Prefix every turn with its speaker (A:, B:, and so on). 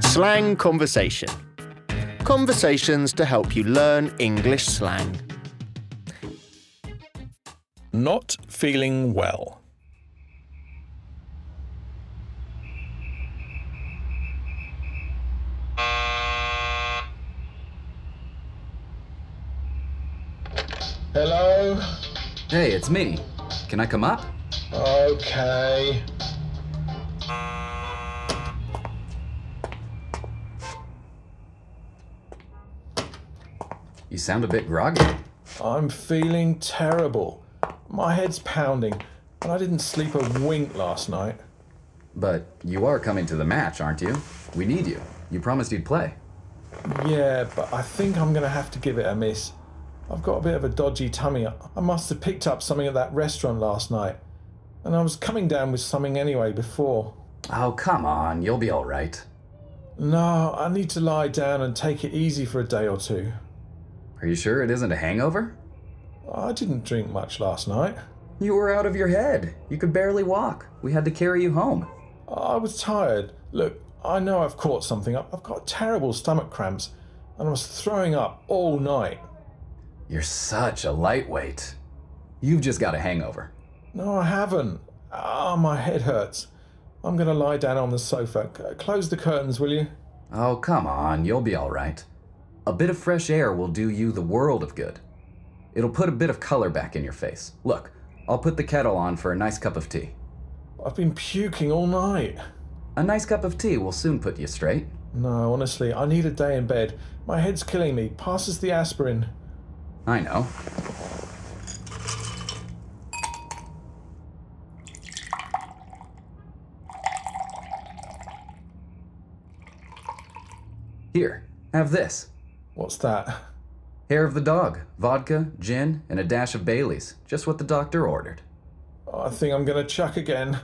A: Slang Conversation Conversations to help you learn English slang.
B: Not feeling well.
C: Hello?
D: Hey, it's me. Can I come up?
C: Okay.
D: You sound a bit groggy.
B: I'm feeling terrible. My head's pounding, and I didn't sleep a wink last night.
D: But you are coming to the match, aren't you? We need you. You promised you'd play.
B: Yeah, but I think I'm gonna have to give it a miss. I've got a bit of a dodgy tummy. I must have picked up something at that restaurant last night. And I was coming down with something anyway before.
D: Oh, come on. You'll be all right.
B: No, I need to lie down and take it easy for a day or two.
D: Are you sure it isn't a hangover?
B: I didn't drink much last night.
D: You were out of your head. You could barely walk. We had to carry you home.
B: I was tired. Look, I know I've caught something. I've got terrible stomach cramps, and I was throwing up all night.
D: You're such a lightweight. You've just got a hangover.
B: No, I haven't. Ah, my head hurts. I'm going to lie down on the sofa. C- Close the curtains, will you?
D: Oh, come on. You'll be all right. A bit of fresh air will do you the world of good. It'll put a bit of color back in your face. Look, I'll put the kettle on for a nice cup of tea.
B: I've been puking all night.
D: A nice cup of tea will soon put you straight.
B: No, honestly, I need a day in bed. My head's killing me. Passes the aspirin.
D: I know. Here, have this.
B: What's that?
D: Hair of the dog, vodka, gin, and a dash of Bailey's. Just what the doctor ordered.
B: I think I'm going to chuck again.